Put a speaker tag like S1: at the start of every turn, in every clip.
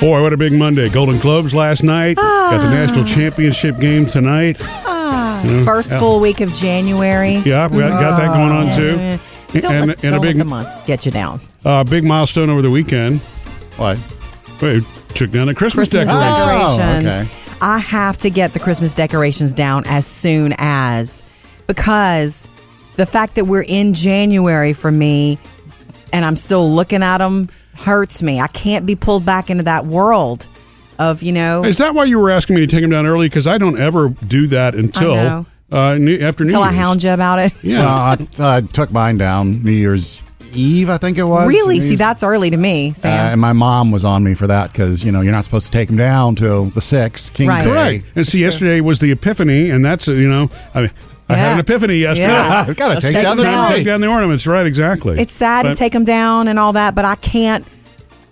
S1: Boy, what a big Monday. Golden Globes last night. Got
S2: Ah.
S1: the national championship game tonight. know,
S2: First
S1: Mm. yeah.
S2: full week of January. Oh,
S1: Yeah, we got, got that going on too.
S2: Don't
S1: And,
S2: let,
S1: and a
S2: don't let
S1: big
S2: the month get you down.
S1: uh, big milestone over the weekend.
S3: What?
S1: We took down the Christmas,
S2: Christmas
S1: decorations.
S3: decoration. Oh,
S2: decorations.
S3: okay.
S2: I have to get the Christmas decorations down as soon as because the fact that we're in January for me and I'm still looking at them hurts me. I can't be pulled back into that world of, you know,
S1: Is that why you were asking me to take them down early? Because I don't ever do that until
S2: know.
S1: uh, new, after New
S2: until I
S1: Year's.
S2: hound you about it.
S1: Yeah.
S3: Well, I, I took mine down New Year's Eve, I think it was.
S2: Really?
S3: New
S2: See,
S3: Year's-
S2: that's early to me,
S3: Uh,
S2: Sam.
S3: and my mom was on me for that because you know you're not supposed to take them down till the sixth King's
S2: Right.
S3: Day.
S1: Right. And see, yesterday was the epiphany, and that's, uh, you know, I, mean, I had
S2: Yeah.
S1: an epiphany yesterday.
S2: Yeah.
S3: We've gotta
S2: Let's
S3: take
S2: take
S3: down
S2: them
S3: the
S2: down.
S3: tree.
S1: Take down the ornaments, right? Exactly.
S2: it's sad
S1: But
S2: to take them down and all that, but I can't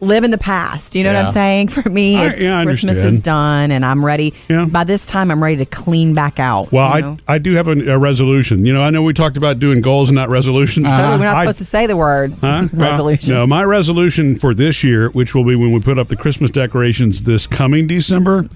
S2: live in the past. You know what
S3: Yeah.
S2: I'm saying? For me,
S1: I-
S2: it's
S1: yeah, I
S2: Christmas
S1: understand.
S2: is done, and I'm ready.
S1: Yeah.
S2: By this time, I'm ready to clean back out.
S1: Well,
S2: you
S1: I,
S2: know?
S1: I do have a, a resolution. You know, I know we talked about doing goals and not resolutions.
S2: Totally, we're not
S1: I-
S2: supposed to say the word
S1: Huh?
S2: resolution.
S1: Uh, no, my resolution for this year, which will be when we put up the Christmas decorations this coming December,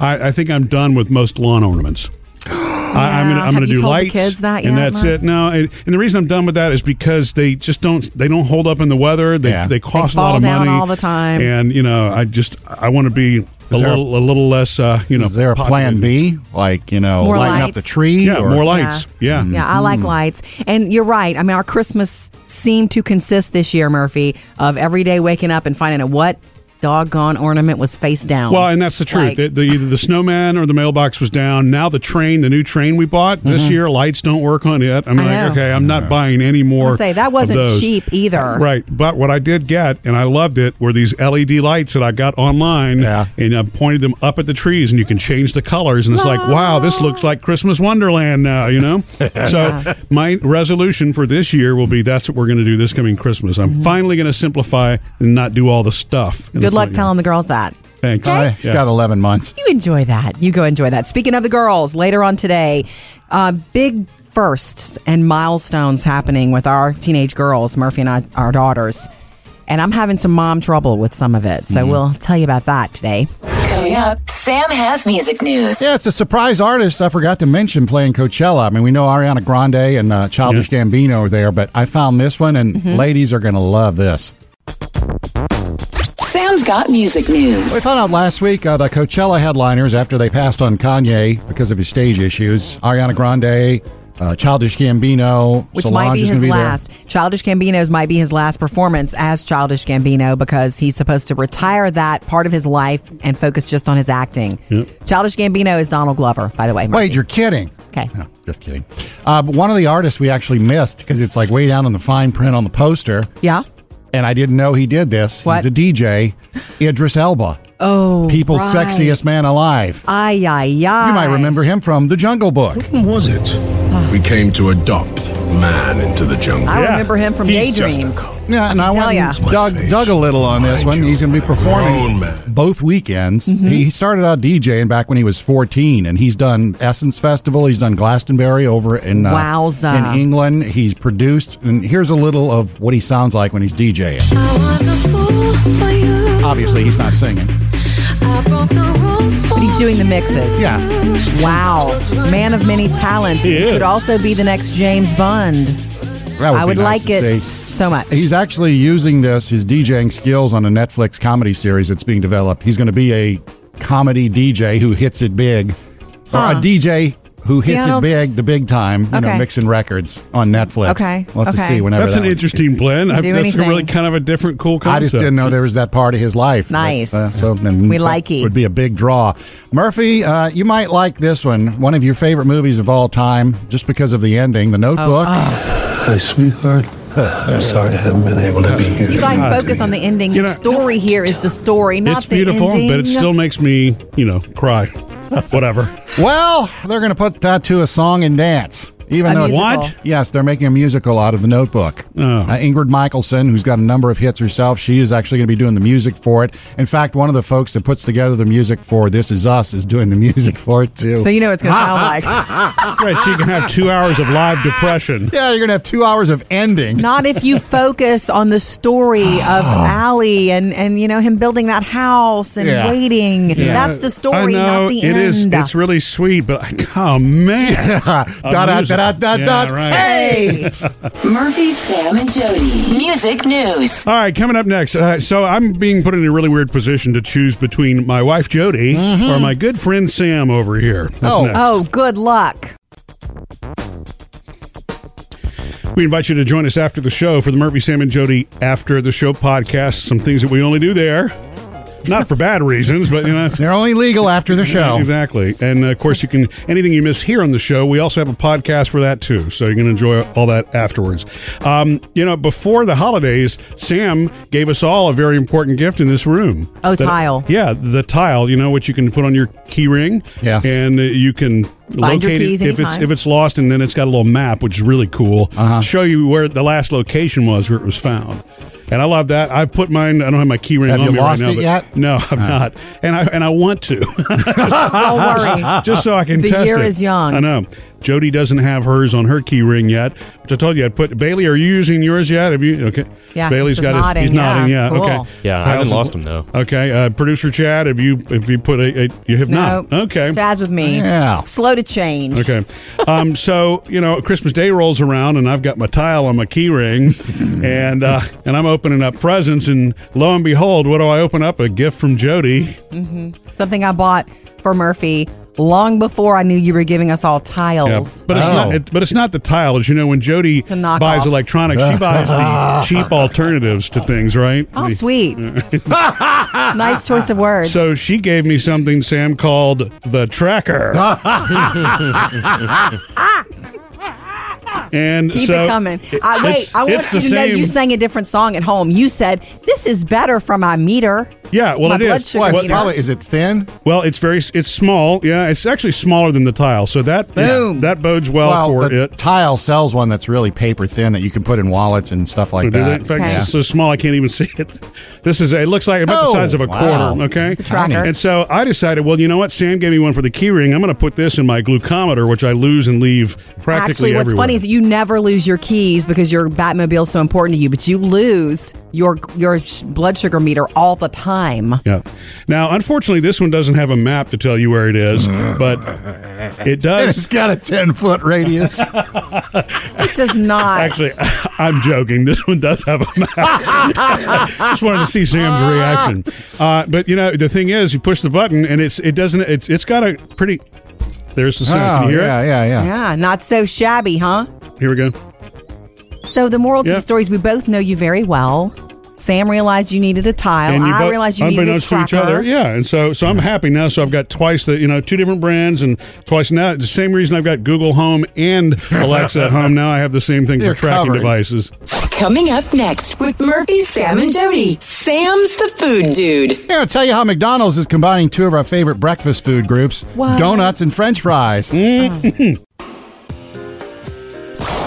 S1: I, I think I'm done with most lawn ornaments. I, I'm gonna,
S2: Yeah.
S1: I'm
S2: Have
S1: gonna
S2: you
S1: do
S2: told the
S1: lights,
S2: kids that
S1: and
S2: yet,
S1: that's
S2: Mark?
S1: it. No, and, and the reason I'm done with that is because they just don't they don't hold up in the weather. They
S3: Yeah.
S1: they cost a lot
S2: fall
S1: of
S2: down
S1: money
S2: all the time.
S1: and you know I just I want to be a
S3: there a-
S1: little a little less uh, you know.
S3: Is there a plan B? Like you know,
S2: More
S3: lighting up
S2: lights.
S3: the tree?
S1: Yeah,
S3: or-
S1: more lights. Yeah.
S2: Yeah, I
S1: Mm-hmm.
S2: like lights. And you're right. I mean, our Christmas seemed to consist this year, Murphy, of every day waking up and finding out what doggone ornament was face down.
S1: Well, and that's the truth.
S2: Like-
S1: the, the, either the snowman or the mailbox was down. Now the train, the new train we bought this year, lights don't work on it. I'm
S2: Mm-hmm. I
S1: like,
S2: know.
S1: okay, I'm not buying any more.
S2: I'll say, that
S1: of
S2: wasn't
S1: those.
S2: cheap either.
S1: Right, but what I did get, and I loved it, were these LED lights that I got online,
S3: Yeah.
S1: and I've pointed them up at the trees, and you can change the colors, and it's like, wow, this looks like Christmas Wonderland now, you know. so my resolution for this year will be that's what we're going to do this coming Christmas. I'm finally going to simplify and not do all the stuff. in the
S2: Mm-hmm. Good luck
S1: front yard.
S2: telling the girls that.
S1: Thanks.
S3: Uh, He's
S1: Yeah.
S3: got eleven months.
S2: You enjoy that. You go enjoy that. Speaking of the girls, later on today, uh, big firsts and milestones happening with our teenage girls, Murphy and I, our daughters. And I'm having some mom trouble with some of it. So
S3: Mm-hmm.
S2: we'll tell you about that today.
S4: Coming up, Sam has music news.
S3: Yeah, it's a surprise artist I forgot to mention playing Coachella. I mean, we know Ariana Grande and uh, Childish Gambino are there, but I found this one, and
S2: Mm-hmm.
S3: ladies are going to love this.
S4: Sam's got music
S3: We
S4: news.
S3: found out last week uh, the Coachella headliners, after they passed on Kanye because of his stage issues, Ariana Grande, uh, Childish Gambino,
S2: Which
S3: Solange
S2: might be
S3: is
S2: his
S3: gonna there.
S2: last. Childish Gambino's might be his last performance as Childish Gambino because he's supposed to retire that part of his life and focus just on his acting. Childish Gambino is Donald Glover, by the way. Murphy.
S3: Wait, you're kidding.
S2: Okay.
S3: No, just kidding. Uh, but one of the artists we actually missed because it's like way down in the fine print on the poster,
S2: Yeah?
S3: and I didn't know he did this.
S2: What?
S3: He's a DJ, Idris Elba. Oh, people's
S2: right.
S3: sexiest man alive.
S2: Ay, ay, ay.
S3: You might remember him from The Jungle Book.
S5: was it? We came to adopt man into the jungle.
S2: I
S1: Yeah.
S2: remember him from
S5: He's just a
S2: Daydreams.
S5: cop.
S3: Yeah, and I
S2: tell
S3: went
S2: ya.
S3: and dug, dug a little on this one.
S5: Mind you,
S3: He's going to be
S5: I'm a grown
S3: performing
S5: man.
S3: both weekends.
S2: Mm-hmm.
S3: He started out DJing back when he was 14, and he's done Essence Festival. He's done Glastonbury over in, uh,
S2: Wowza.
S3: in England. He's produced, and here's a little of what he sounds like when he's DJing.
S6: I was a fool for you.
S3: Obviously, he's not singing.
S6: I broke the rules for
S2: But he's doing the mixes.
S3: Yeah.
S2: Wow. Man of many talents.
S1: He is. Oh,
S2: Could also be the next James Bond.
S3: That would
S2: I
S3: be
S2: would
S3: nice
S2: like
S3: to
S2: it
S3: see.
S2: so much.
S3: He's actually using this, his DJing skills, on a Netflix comedy series that's being developed. He's going to be a comedy DJ who hits it big, or a DJ who
S2: See,
S3: hits
S2: I
S3: it
S2: don't-
S3: big, the big time, you know,
S2: Okay.
S3: mixing records on Netflix.
S2: Okay,
S3: We'll have to
S2: okay.
S3: see whenever
S1: That's
S3: that
S1: an
S3: one-
S1: interesting plan. I,
S2: do
S1: that's a
S2: anything.
S1: really kind of a different, cool
S3: I
S1: concept.
S3: just didn't know there was that part of his life. uh,
S2: Nice.
S3: so, and
S2: We
S3: that
S2: likey.
S3: Would be a big draw. Murphy, uh, you might like this one. One of your favorite movies of all time, just because of the ending, The Notebook.
S2: Oh,
S7: Hi, sweetheart. I'm sorry I haven't been able to be here.
S2: you guys focus on the ending.
S1: You
S2: the
S1: know-
S2: story here is the story, not
S1: It's
S2: the
S1: beautiful,
S2: ending.
S1: but it still makes me, you know, cry. Whatever.
S2: oh.
S3: Well, they're going to put that to a song and dance. Even
S2: A
S3: though it's-
S2: musical.
S1: What?
S3: Yes, they're making a musical out of The Notebook.
S1: Oh.
S3: Uh, Ingrid Michaelson, who's got a number of hits herself, she is actually going to be doing the music for it. In fact, one of the folks that puts together the music for This Is Us is doing the music for it too.
S2: So you know it's going to sound like.
S1: Right, so you can have two hours of live depression.
S3: yeah, you're going to have two hours of ending.
S2: Not if you focus on the story of Allie and, and you know him building that house and
S3: Yeah.
S2: waiting. That's the
S1: I
S2: story,
S1: know
S2: not the
S1: it
S2: end.
S1: is. It's really sweet, but oh man,
S3: da, da,
S1: music.
S3: da, da,
S1: Yeah,
S3: da,
S1: right.
S2: hey,
S4: Murphy, Sam, and Jody. Music news.
S1: All right, coming up next. Uh, so I'm being put in a really weird position to choose between my wife Jody
S3: Mm-hmm.
S1: or my good friend Sam over here. That's
S3: Oh.
S1: next.
S2: oh, good luck.
S1: We invite you to join us after the show for the Murphy, Sam, and Jody After the Show podcast. Some things that we only do there, not for bad reasons, but you know. it's-
S3: They're only legal after the show.
S1: Exactly. And uh, of course, you can, anything you miss here on the show, we also have a podcast for that too. So you can enjoy all that afterwards. Um, you know, before the holidays, Sam gave us all a very important gift in this room.
S2: Oh,
S1: That-
S2: tile.
S1: Yeah, the tile, you know, which you can put on your key ring.
S3: Yes.
S1: And uh, you can
S2: Find your
S1: locate
S2: keys
S1: it if it's,
S2: anytime.
S1: if it's lost. And then it's got a little map, which is really cool.
S3: Uh-huh.
S1: Show you where the last location was, where it was found. And I love that. I put mine. I don't have my key ring
S3: Have
S1: on
S3: you
S1: me
S3: lost
S1: right now.
S3: it
S1: but-
S3: yet? Uh-huh.
S1: No, I'm not. And I and I want to.
S2: Don't worry.
S1: just so I can
S2: The
S1: test
S2: year
S1: is
S2: is young.
S1: I know. Jody doesn't have hers on her key ring yet, which I told you I'd put. Bailey, are you using yours yet? Have you? Okay.
S2: Yeah,
S1: Bailey's
S2: he's
S1: got his.
S2: nodding,
S1: He's nodding.
S2: yeah,
S1: Yeah.
S2: cool.
S1: Okay.
S8: Yeah, I haven't
S1: Kyle's-
S8: lost him, though.
S1: Okay. Uh, Producer Chad, have you? Have you put a? a you have
S2: No.
S1: not. Okay.
S2: Chad's with me.
S3: Yeah.
S2: Slow to change.
S1: Okay. Um, so, you know, Christmas Day rolls around and I've got my tile on my key ring and uh, and I'm opening up presents and lo and behold, what do I open up? A gift from Jody.
S2: Something I bought for Murphy long before I knew you were giving us all tiles.
S1: But it's
S3: Oh.
S1: not. It, but it's not the tiles. You know, when Jody
S2: a knockoff.
S1: buys electronics, she buys the cheap alternatives to things, right?
S2: Oh,
S1: The-
S2: sweet. nice choice of words.
S1: So she gave me something Sam called the tracker. and
S2: Keep
S1: so
S2: it coming. I, wait,
S1: it's-
S2: I want
S1: it's
S2: you
S1: the
S2: to know
S1: same-
S2: you sang a different song at home. You said, This is better for my meter.
S1: Yeah, well
S2: my
S1: it is.
S2: blood sugar
S3: Well, it's
S2: meter.
S3: probably, is it thin?
S1: Well, it's very it's small. Yeah, it's actually smaller than the tile. So that
S2: Boom.
S1: that bodes well,
S3: well,
S1: for
S3: the
S1: it.
S3: tile sells one that's really paper thin that you can put in wallets and stuff like
S1: Do they?
S3: that.
S1: In fact,
S2: Okay.
S1: it's so small I can't even see it. This is it looks like about the
S3: Oh,
S1: size of a
S3: wow.
S1: quarter. Okay,
S3: It's a tracker.
S1: And so I decided, well, you know what? Sam gave me one for the key ring. I'm going to put this in my glucometer, which I lose and leave practically
S2: Actually, what's
S1: everywhere.
S2: funny is you never lose your keys because your Batmobile is so important to you, but you lose your your sh- blood sugar meter all the time.
S1: yeah. Now, unfortunately, this one doesn't have a map to tell you where it is, but it
S3: It's
S1: does.
S3: got a 10 foot radius.
S2: It does not.
S1: Actually, I'm joking. This one does have a map. Just wanted to see Sam's reaction. Uh, but you know, the thing is, you push the button and it's it doesn't it's it's got a pretty. There's the sound. Can
S3: Oh,
S1: you hear it?
S3: yeah, yeah, yeah.
S2: yeah, not so shabby, huh?
S1: Here we go.
S2: Oh, So the moral to
S1: Yeah.
S2: the story is we both know you very well. Sam realized you needed a tile. I
S1: both-
S2: realized you needed a
S1: unbeknownst
S2: tracker.
S1: to each other, yeah. And so, so I'm happy now. So I've got twice the, you know, two different brands and twice now. it's The same reason I've got Google Home and Alexa at home. Now I have the same thing
S3: You're
S1: for tracking
S3: covered.
S1: devices.
S4: Coming up next with Murphy, Sam, and Jody. Sam's the food dude.
S3: Here, I'll tell you how McDonald's is combining two of our favorite breakfast food groups
S2: What? Hmm?
S3: donuts and french fries.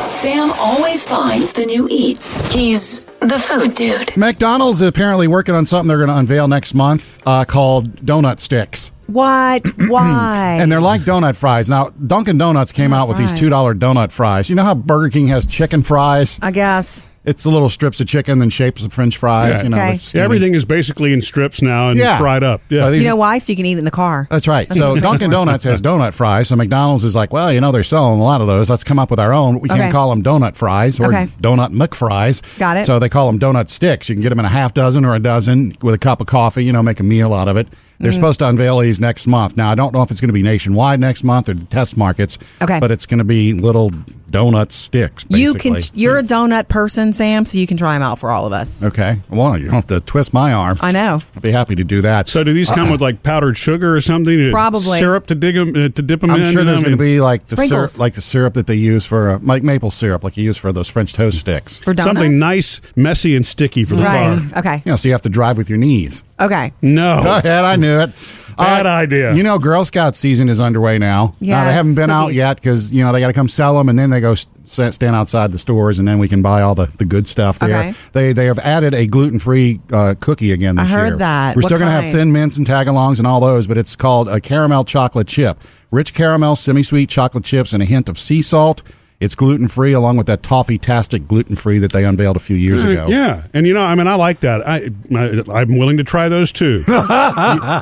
S4: Sam always finds the new eats. He's the food dude.
S3: McDonald's is apparently working on something they're going to unveil next month uh, called donut sticks.
S2: What? Why?
S3: And they're like donut fries. Now, Dunkin' Donuts came out with these
S2: Fries.
S3: $2 donut fries. You know how Burger King has chicken fries?
S2: I guess.
S3: It's the little strips of chicken and shapes of french fries.
S1: Yeah.
S3: You know,
S2: Okay.
S3: the skinny-
S1: Everything is basically in strips now and
S3: Yeah.
S1: fried up.
S3: So
S1: Yeah.
S3: these-
S2: You know why? So you can eat it in the car.
S3: That's right. So Dunkin' Donuts has donut fries. So McDonald's is like, well, you know, they're selling a lot of those. Let's come up with our own. We can't
S2: Okay.
S3: call them donut fries or
S2: Okay.
S3: donut McFries.
S2: Got it.
S3: So they call them donut sticks. You can get them in a half dozen or a dozen with a cup of coffee. You know, make a meal out of it.
S2: Mm.
S3: They're supposed to unveil these next month. Now I don't know if it's going to be nationwide next month or test markets.
S2: Okay.
S3: But it's going to be little donut sticks. Basically. Uh,
S2: You can. You're a donut person, Sam, so you can try them out for all of us.
S3: okay. Well, you don't have to twist my arm.
S2: I know.
S3: I'd be happy to do that.
S1: So do these come with like powdered sugar or something? Uh,
S2: Probably.
S1: syrup to dig 'em- uh, to dip them in.
S3: I'm sure
S1: you know,
S3: there's
S1: I
S3: going to
S1: mean,
S3: be like the syrup,
S2: Sprinkles.
S3: like the syrup that they use for uh, like maple syrup, like you use for those French toast sticks.
S2: For donuts.
S1: something nice, messy, and sticky for the
S2: Right.
S1: car.
S2: Okay.
S3: You know, so you have to drive with your knees.
S2: Okay.
S1: No.
S3: Go ahead, I knew it.
S1: Bad
S3: Uh,
S1: idea.
S3: You know, Girl Scout season is underway now. Now, they
S2: Yes,
S3: haven't been out
S2: cookies.
S3: yet because you know they got to come sell them, and then they go s- s- stand outside the stores, and then we can buy all the, the good stuff there.
S2: Okay.
S3: They they have added a gluten free uh, cookie again
S2: I
S3: this year.
S2: heard that.
S3: We're
S2: What
S3: still going to have
S2: kind?
S3: thin mints and tagalongs and all those, but it's called a caramel chocolate chip, rich caramel, semi sweet chocolate chips, and a hint of sea salt. It's gluten free, along with that toffee tastic gluten free that they unveiled a few years ago.
S1: Mm, Yeah, and you know, I mean, I like that. I, I am willing to try those too. you,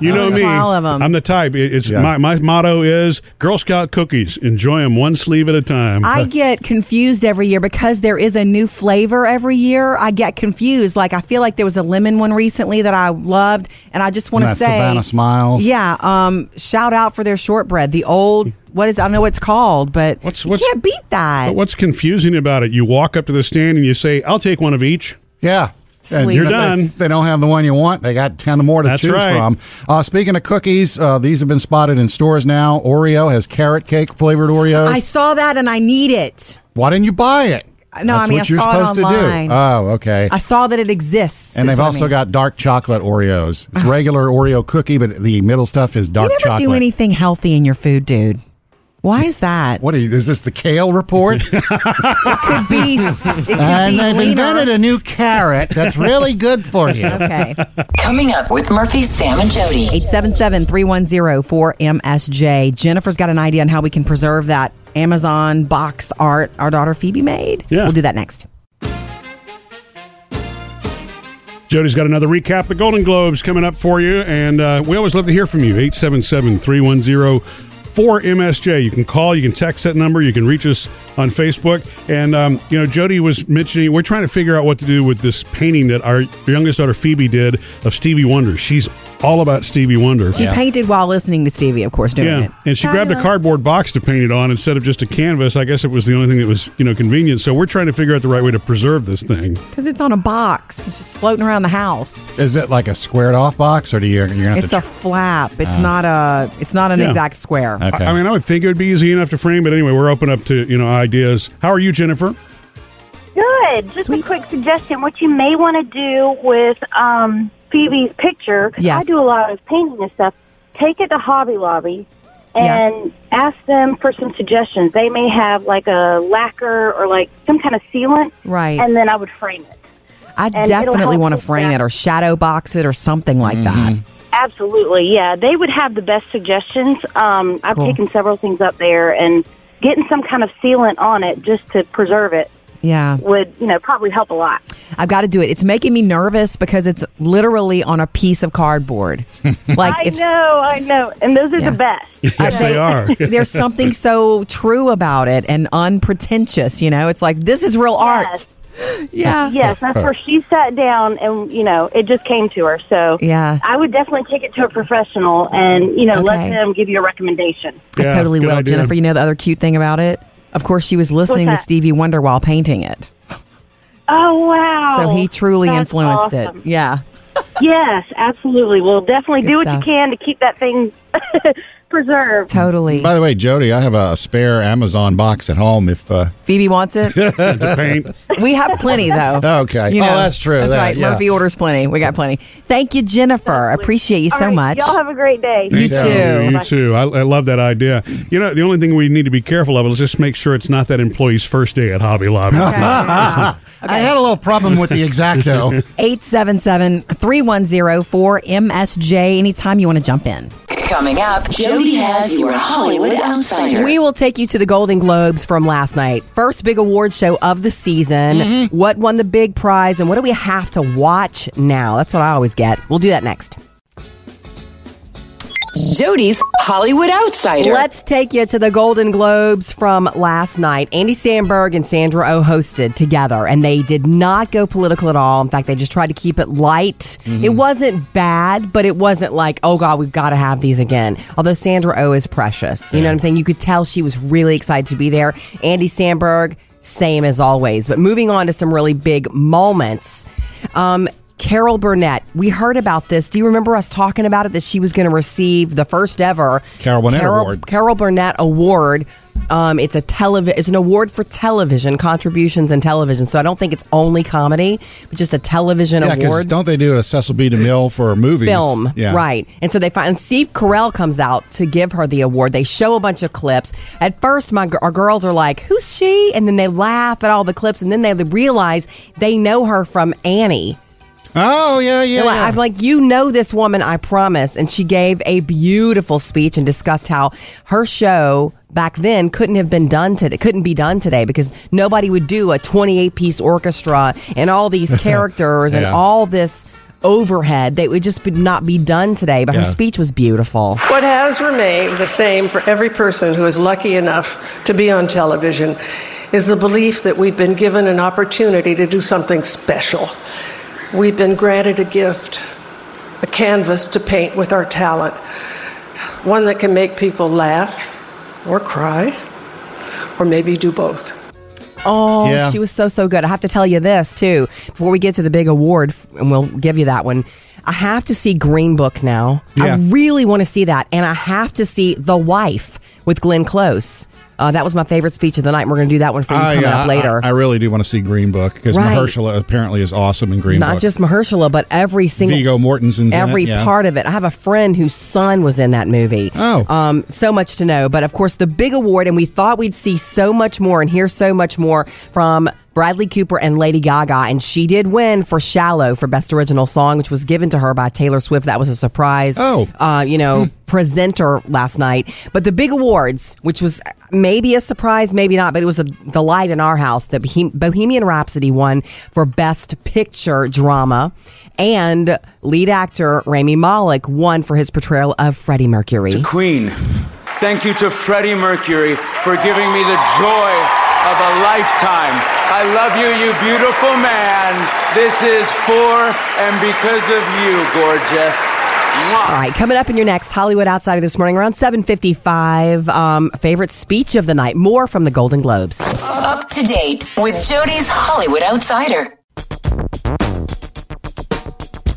S1: you know me.
S2: Try all of 'em.
S1: I'm the type. It- It's
S3: Yeah.
S1: my, my motto is Girl Scout cookies. Enjoy them one sleeve at a time.
S2: I get confused every year because there is a new flavor every year. I get confused. Like I feel like there was a lemon one recently that I loved, and I just want to
S3: And that
S2: say
S3: Savannah Smiles.
S2: Yeah, um, shout out for their shortbread. The old what is I don't know what it's called, but
S1: What's-
S2: you
S1: what's-
S2: can't beat that.
S1: but what's confusing about it? You walk up to the stand and you say, "I'll take one of each."
S3: Yeah.
S2: And you're
S3: if they-
S1: done.
S3: If they don't have the one you want, they got 10 more to
S1: That's
S3: choose
S1: right.
S3: from. Uh, speaking of cookies, uh, these have been spotted in stores now. Oreo has carrot cake flavored Oreos.
S2: I saw that and I need it.
S3: Why didn't you buy it?
S2: No, I
S3: That's
S2: mean,
S3: what
S2: I
S3: you're
S2: saw it
S3: supposed to
S2: online.
S3: do. Oh, okay.
S2: I saw that it exists.
S3: and
S2: is
S3: they've
S2: what I
S3: also
S2: mean.
S3: got dark chocolate Oreos. It's regular Oreo cookie, but the middle stuff is
S2: You
S3: dark
S2: never
S3: chocolate.
S2: do anything healthy in your food, dude. Why is that?
S3: What are you, is this the kale report?
S2: could be? s- It could
S3: and
S2: be
S3: they've
S2: leaner.
S3: invented a new carrot that's really good for you.
S2: Okay.
S4: Coming up with Murphy, Sam, and Jody.
S2: 877-310-4MSJ. Jennifer's got an idea on how we can preserve that Amazon box art our daughter Phoebe made.
S1: Yeah.
S2: We'll do that next.
S1: Jody's got another recap of the Golden Globes coming up for you, and uh, we always love to hear from you. 877 310 4MSJ. You can call, you can text that number, you can reach us on Facebook. And, um, you know, Jody was mentioning we're trying to figure out what to do with this painting that our youngest daughter Phoebe did of Stevie Wonder. She's all about Stevie Wonder.
S2: She painted while listening to Stevie, of course, Uh, doing
S1: Yeah,
S2: it.
S1: and she grabbed a cardboard box to paint it on instead of just a canvas. I guess it was the only thing that was, you know, convenient. So we're trying to figure out the right way to preserve this thing.
S2: Because it's on a box. It's just floating around the house.
S3: Is it like a squared off box, or do you, you're going to have
S2: It's
S3: to
S2: a flap. It's not a it's not an
S1: Yeah.
S2: exact square.
S3: Okay.
S1: I, I mean, I would think it would be easy enough to frame, but anyway, we're open up to you know ideas. How are you, Jennifer?
S8: Good. Just
S2: Sweet.
S8: a quick suggestion. What you may want to do with um, Phoebe's picture, 'cause I
S2: Yes.
S8: do a lot of painting and stuff, take it to Hobby Lobby
S2: Yeah.
S8: and ask them for some suggestions. They may have like a lacquer or like some kind of sealant,
S2: Right.
S8: and then I would frame it.
S2: I
S8: it'll
S2: definitely
S8: help
S2: want to
S8: with
S2: frame
S8: that.
S2: it or shadow box it or something like that.
S8: Absolutely, yeah. They would have the best suggestions. Um, I've
S2: Cool.
S8: taken several things up there, and getting some kind of sealant on it just to preserve it
S2: Yeah.
S8: would, you know, probably help a lot.
S2: I've got to do it. It's making me nervous because it's literally on a piece of cardboard. Like
S8: I
S2: if
S8: know, I know, and those are
S2: Yeah.
S8: the best.
S1: Yes, they are.
S2: there's something so true about it and unpretentious, you know? It's like this is real art.
S8: Yes.
S2: Yeah.
S8: Yes, that's where she sat down, and you know, it just came to her. So
S2: Yeah.
S8: I would definitely take it to a professional, and you know,
S2: Okay.
S8: let them give you a recommendation.
S2: I
S1: Yeah,
S2: totally
S1: good
S2: will,
S1: idea.
S2: Jennifer. You know the other cute thing about it? Of course, she was listening to
S8: What's that?
S2: Stevie Wonder while painting it.
S8: Oh wow!
S2: So he truly
S8: That's
S2: influenced
S8: awesome.
S2: it. Yeah.
S8: Yes, absolutely. Well, definitely
S2: Good
S8: do what
S2: stuff.
S8: you can to keep that thing preserved.
S2: Totally.
S3: By the way, Jody, I have a spare Amazon box at home. If uh,
S2: Phoebe wants it.
S1: To paint.
S2: we have plenty, though.
S3: Okay.
S2: You
S3: Oh,
S2: know,
S3: that's true.
S2: That's
S3: That-
S2: right.
S3: yeah.
S2: Murphy orders plenty. We got plenty. Thank you, Jennifer. Appreciate you
S8: All
S2: so
S8: right,
S2: much.
S8: Y'all have a great day.
S2: You
S1: Thank
S2: too.
S1: Oh, You too. I, I love that idea. You know, the only thing we need to be careful of is just make sure it's not that employee's first day at Hobby Lobby.
S3: I had a little problem with the exacto.
S2: 877-310-4MSJ. Anytime you want to jump in.
S4: Coming up, Jody has your Hollywood Outsider.
S2: We will take you to the Golden Globes from last night. First big award show of the season. What won the big prize and what do we have to watch now? That's what I always get. We'll do that next.
S4: Jody's Hollywood Outsider.
S9: Let's take you to the Golden Globes from last night. Andy Samberg and Sandra Oh hosted together, and they did not go political at all. In fact, they just tried to keep it light. It wasn't bad, but it wasn't like, oh God, we've got to have these again. Although Sandra Oh is precious. You know what I'm saying? You could tell she was really excited to be there. Andy Samberg, same as always. But moving on to some really big moments. Um, Carol Burnett, we heard about this. Do you remember us talking about it that she was going to receive the first ever
S3: Carol Burnett Award.
S9: Carol Burnett Award Um, it's a television. It's an award for television contributions and television. So I don't think it's only comedy, but just a television
S3: Yeah, because
S9: award
S3: don't they do a Cecil B. DeMille for movies?
S9: film,
S3: Yeah.
S9: right? And so they find Steve Carell comes out to give her the award. They show a bunch of clips. At first, my gir- our girls are like, "Who's she?" And then they laugh at all the clips, and then they realize they know her from Annie.
S3: Oh yeah, yeah.
S9: And I-
S3: yeah.
S9: I'm like, you know this woman, I promise. And she gave a beautiful speech and discussed how her show back then couldn't have been done today, couldn't be done today because nobody would do a 28 piece orchestra and all these characters and
S3: Yeah.
S9: all this overhead. They would just be, not be done today. But her
S3: Yeah.
S9: speech was beautiful.
S10: What has remained the same for every person who is lucky enough to be on television is the belief that we've been given an opportunity to do something special. We've been granted a gift, a canvas to paint with our talent, one that can make people laugh or cry, or maybe do both.
S9: Oh,
S3: Yeah.
S9: she was so so good. I have to tell you this too before we get to the big award, f- and we'll give you that one. I have to see Green Book now.
S3: Yeah.
S9: I really want to see that, and I have to see The Wife with Glenn Close. Uh, that was my favorite speech of the night. and We're going to do that one for you
S3: I,
S9: coming
S3: uh,
S9: up later.
S3: I, I really do want to see Green Book because
S9: Right.
S3: Mahershala apparently is awesome in Green
S9: Not
S3: Book.
S9: just Mahershala, but every single
S3: Viggo Mortensen's in
S9: every
S3: it, yeah.
S9: part of it. I have a friend whose son was in that movie.
S3: Oh.
S9: um, so much to know. But of course, the big award, and we thought we'd see so much more and hear so much more from Bradley Cooper and Lady Gaga, and she did win for "Shallow" for best original song, which was given to her by Taylor Swift. That was a surprise.
S3: Oh.
S9: uh, you know, presenter last night. But the big awards, which was maybe a surprise, maybe not, but it was a delight in our house that Bohem- Bohemian Rhapsody won for Best Picture Drama, and lead actor Rami Malek won for his portrayal of Freddie Mercury.
S11: Queen. Thank you to Freddie Mercury for giving me the joy of a lifetime. I love you, you beautiful man. This is for and because of you, gorgeous. Mwah.
S9: All right, coming up in your next Hollywood Outsider this morning around 7:55, um, favorite speech of the night, more from the Golden Globes.
S4: Up to date with Jody's Hollywood Outsider.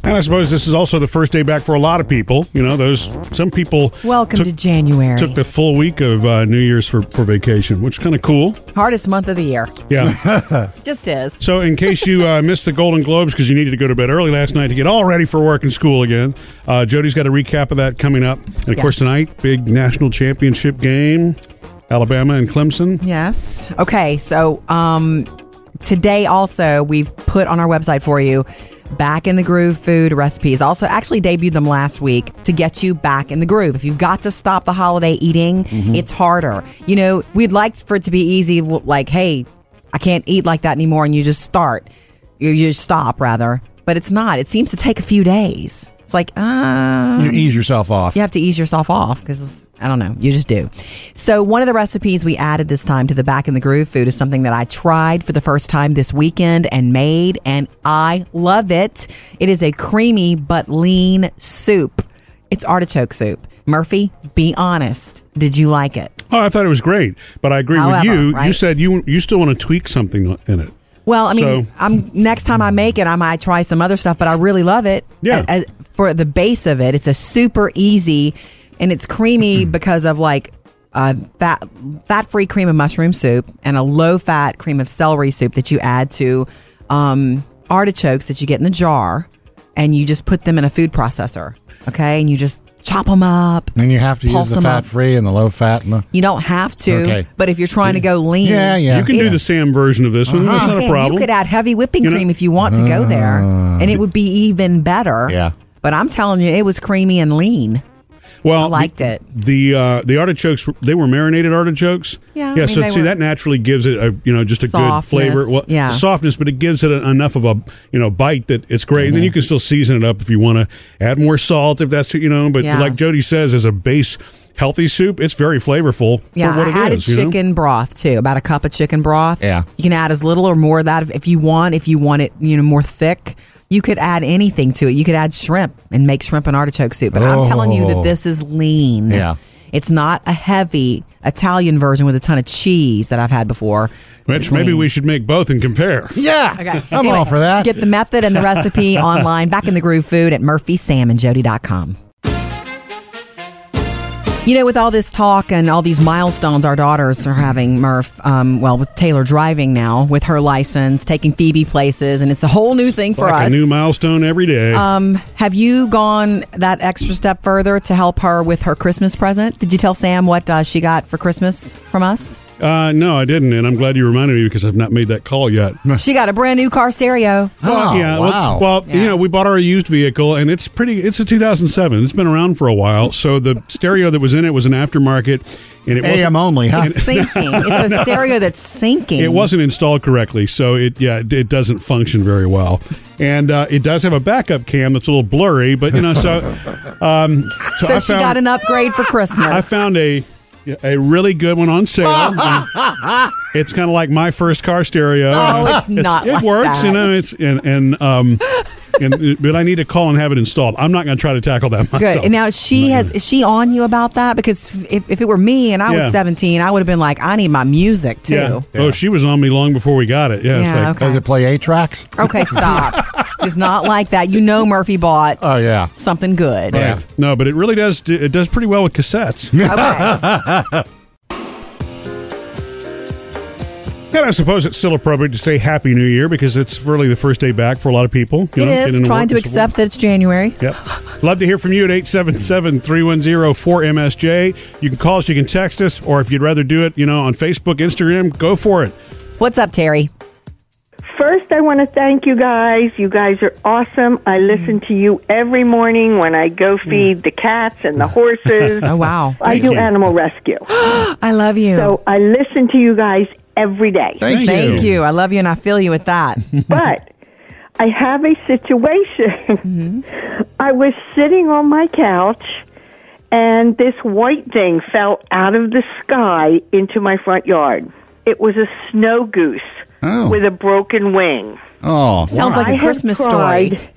S1: And I suppose this is also the first day back for a lot of people. You know, those some people
S2: Welcome
S1: took,
S2: to January.
S1: took the full week of uh, New Year's for, for vacation, which is kind of cool.
S2: Hardest month of the year.
S1: Yeah.
S2: Just is.
S1: So, in case you uh, missed the Golden Globes because you needed to go to bed early last night to get all ready for work and school again, uh, Jody's got a recap of that coming up. And of
S2: Yeah.
S1: course, tonight, big national championship game, Alabama and Clemson.
S2: Yes. Okay. So um, today also we've put on our website for you back in the groove food recipes. Also, actually debuted them last week to get you back in the groove. If you've got to stop the holiday eating, it's harder. You know, we'd like for it to be easy. w- Like, hey, I can't eat like that anymore, and you just start. You you stop rather, but it's not. It seems to take a few days. It's like, uh,
S3: you ease yourself off.
S2: you have to ease yourself off because I don't know, you just do. So one of the recipes we added this time to the back in the groove food is something that I tried for the first time this weekend and made, and I love it. It is a creamy but lean soup. It's artichoke soup. Murphy, be honest. Did you like it?
S1: Oh, I thought it was great, but I agree
S2: However,
S1: with you. You
S2: right?
S1: said you you still want to tweak something in it.
S2: Well, I mean,
S1: So-
S2: I'm next time I make it, I might try some other stuff, but I really love it.
S1: Yeah.
S2: As- for the base of it, it's a super easy, and it's creamy
S3: Mm-hmm.
S2: because of like uh, fat fat free cream of mushroom soup and a low fat cream of celery soup that you add to um, artichokes that you get in the jar, and you just put them in a food processor. Okay, and you just chop them up.
S3: And you have to
S2: Pulse
S3: use the
S2: them up.
S3: fat free and the low fat. And the,
S2: You don't have to,
S3: Okay.
S2: but if you're trying to go lean,
S3: yeah, yeah.
S1: You can do the Sam version of this one. That's
S2: Uh-huh. You
S1: not a
S2: can.
S1: problem.
S2: You could add heavy whipping
S1: You know- Ah.
S2: cream if you want to go there, and it would be even better.
S3: Yeah.
S2: But I'm telling you, it was creamy and lean.
S1: well,
S2: I liked it.
S1: the uh, the artichokes were- they were marinated artichokes.
S2: Yeah, I
S1: yeah.
S2: mean,
S1: so
S2: they
S1: see
S2: were-
S1: that naturally gives it a you know just a good
S2: Softness,
S1: flavor. Well,
S2: yeah.
S1: softness, but it gives it a, enough of a you know bite that it's great. And then you can still season it up if you want to add more salt if that's you know. But
S2: Yeah.
S1: like Jody says, as a base healthy soup, it's very flavorful.
S2: Yeah,
S1: for what
S2: I
S1: it
S2: added
S1: is, you know?
S2: chicken broth too, about a cup of chicken broth.
S3: Yeah.
S2: you can add as little or more of that if- if you want. If you want it, you know, more thick, you could add anything to it. You could add shrimp and make shrimp and artichoke soup. But I'm telling you that
S3: Oh.
S2: this is lean.
S3: Yeah.
S2: it's not a heavy Italian version with a ton of cheese that I've had before.
S1: Which
S2: It's
S1: maybe
S2: lean.
S1: we should make both and compare.
S3: Yeah, I'm
S2: Anyway,
S3: all for that.
S2: Get the method and the recipe online back in the groove food at murphysamandjody.com. You know, with all this talk and all these milestones our daughters are having, Murph, um, well, with Taylor driving now with her license, taking Phoebe places, and it's a whole new thing for
S1: like
S2: us.
S1: a new milestone every day.
S2: um, have you gone that extra step further to help her with her Christmas present? Did you tell Sam what uh, she got for Christmas from us?
S1: uh, no, I didn't, and I'm glad you reminded me because I've not made that call yet.
S2: She got a brand new car stereo.
S3: Oh,
S1: Well, yeah, well- Well, you know, we bought our used vehicle, and it's pretty. It's a 2007. It's been around for a while. So the stereo that was in it was an aftermarket, and it
S3: AM
S1: wasn't-
S3: only, huh?
S1: and-
S2: Sinking. It's a stereo that's sinking.
S1: It wasn't installed correctly, so it yeah it, it doesn't function very well, and uh, it does have a backup cam that's a little blurry, but you know so. Um, so
S2: So
S1: I
S2: she
S1: found-
S2: got an upgrade for Christmas.
S1: I found a a really good one on sale. And it's kind of like my first car stereo.
S2: No,
S1: And
S2: Oh, it's not
S1: It
S2: like
S1: works,
S2: that.
S1: you know. It's and and um, and but I need to call and have it installed. I'm not going to try to tackle that myself.
S2: Good. And now she has is she on you about that because if, if it were me and I
S1: Yeah.
S2: was 17, I would have been like, I need my music too.
S1: yeah. Oh, she was on me long before we got it. Yeah. it's
S2: Yeah,
S1: like-
S2: okay. Does it
S3: play eight tracks?
S2: Okay, stop. it's not like that. You know, Murphy bought
S3: Oh yeah.
S2: something good.
S1: Right. No, but it really does. It does pretty well with cassettes. And I suppose it's still appropriate to say Happy New Year because it's really the first day back for a lot of people. you
S2: It
S1: know, getting
S2: is
S1: into
S2: trying
S1: work
S2: to
S1: and so forth.
S2: accept that it's January.
S1: Yep. Love to hear from you at 877-310-4MSJ. You can call us, you can text us, or if you'd rather do it, you know, on Facebook, Instagram, go for it.
S2: What's up, Terry?
S12: First, I want to thank you guys. You guys are awesome. I listen to you every morning when I go feed the cats and the horses.
S2: Oh, wow.
S12: I
S2: Thank
S12: do
S2: you.
S12: animal rescue. I
S2: love you.
S12: So I listen to you guys every day.
S2: Thank you. I love you and I feel you with that.
S12: But I have a situation.
S2: Mm-hmm.
S12: I was sitting on my couch and this white thing fell out of the sky into my front yard. It was a snow goose
S3: Oh.
S12: with a broken wing.
S3: Oh,
S2: Sounds
S12: I
S2: like a
S12: have
S2: Christmas
S12: cried
S2: story.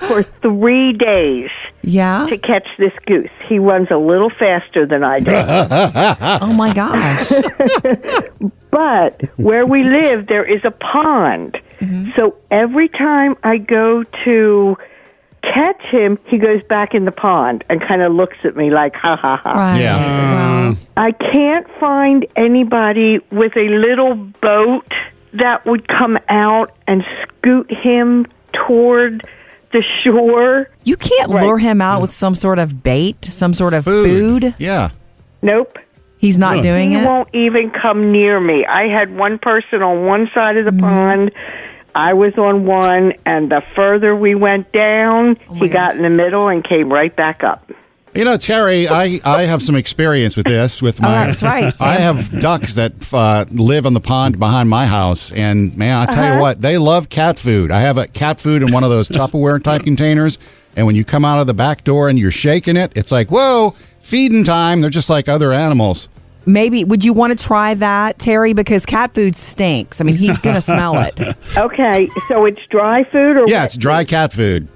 S12: For three days
S2: Yeah.
S12: to catch this goose. He runs a little faster than I do.
S2: Oh my gosh.
S12: But where we live, there is a pond. So every time I go to catch him, he goes back in the pond and kind of looks at me like, ha ha ha.
S1: Yeah.
S12: I can't find anybody with a little boat that would come out and scoot him toward the shore.
S2: You can't lure him out with some sort of bait, some sort of food.
S3: Yeah.
S12: Nope.
S2: He's not doing
S12: he
S2: it.
S12: won't even come near me. I had one person on one side of the
S2: Mm-hmm.
S12: pond. I was on one, and the further we went down,
S2: Oh
S12: he got in the middle and came right back up.
S3: You know, Terry, I, I have some experience with this. With
S12: Oh,
S3: my,
S12: that's right.
S3: I have ducks that uh, live on the pond behind my house, and man, I tell
S12: Uh-huh.
S3: you what, they love cat food. I have a cat food in one of those Tupperware type containers, and when you come out of the back door and you're shaking it, it's like whoa, feeding time. They're just like other animals.
S2: Maybe would you want to try that, Terry? Because cat food stinks. I mean, he's gonna smell it.
S12: Okay, so it's dry food, or
S3: Yeah, it's dry cat food.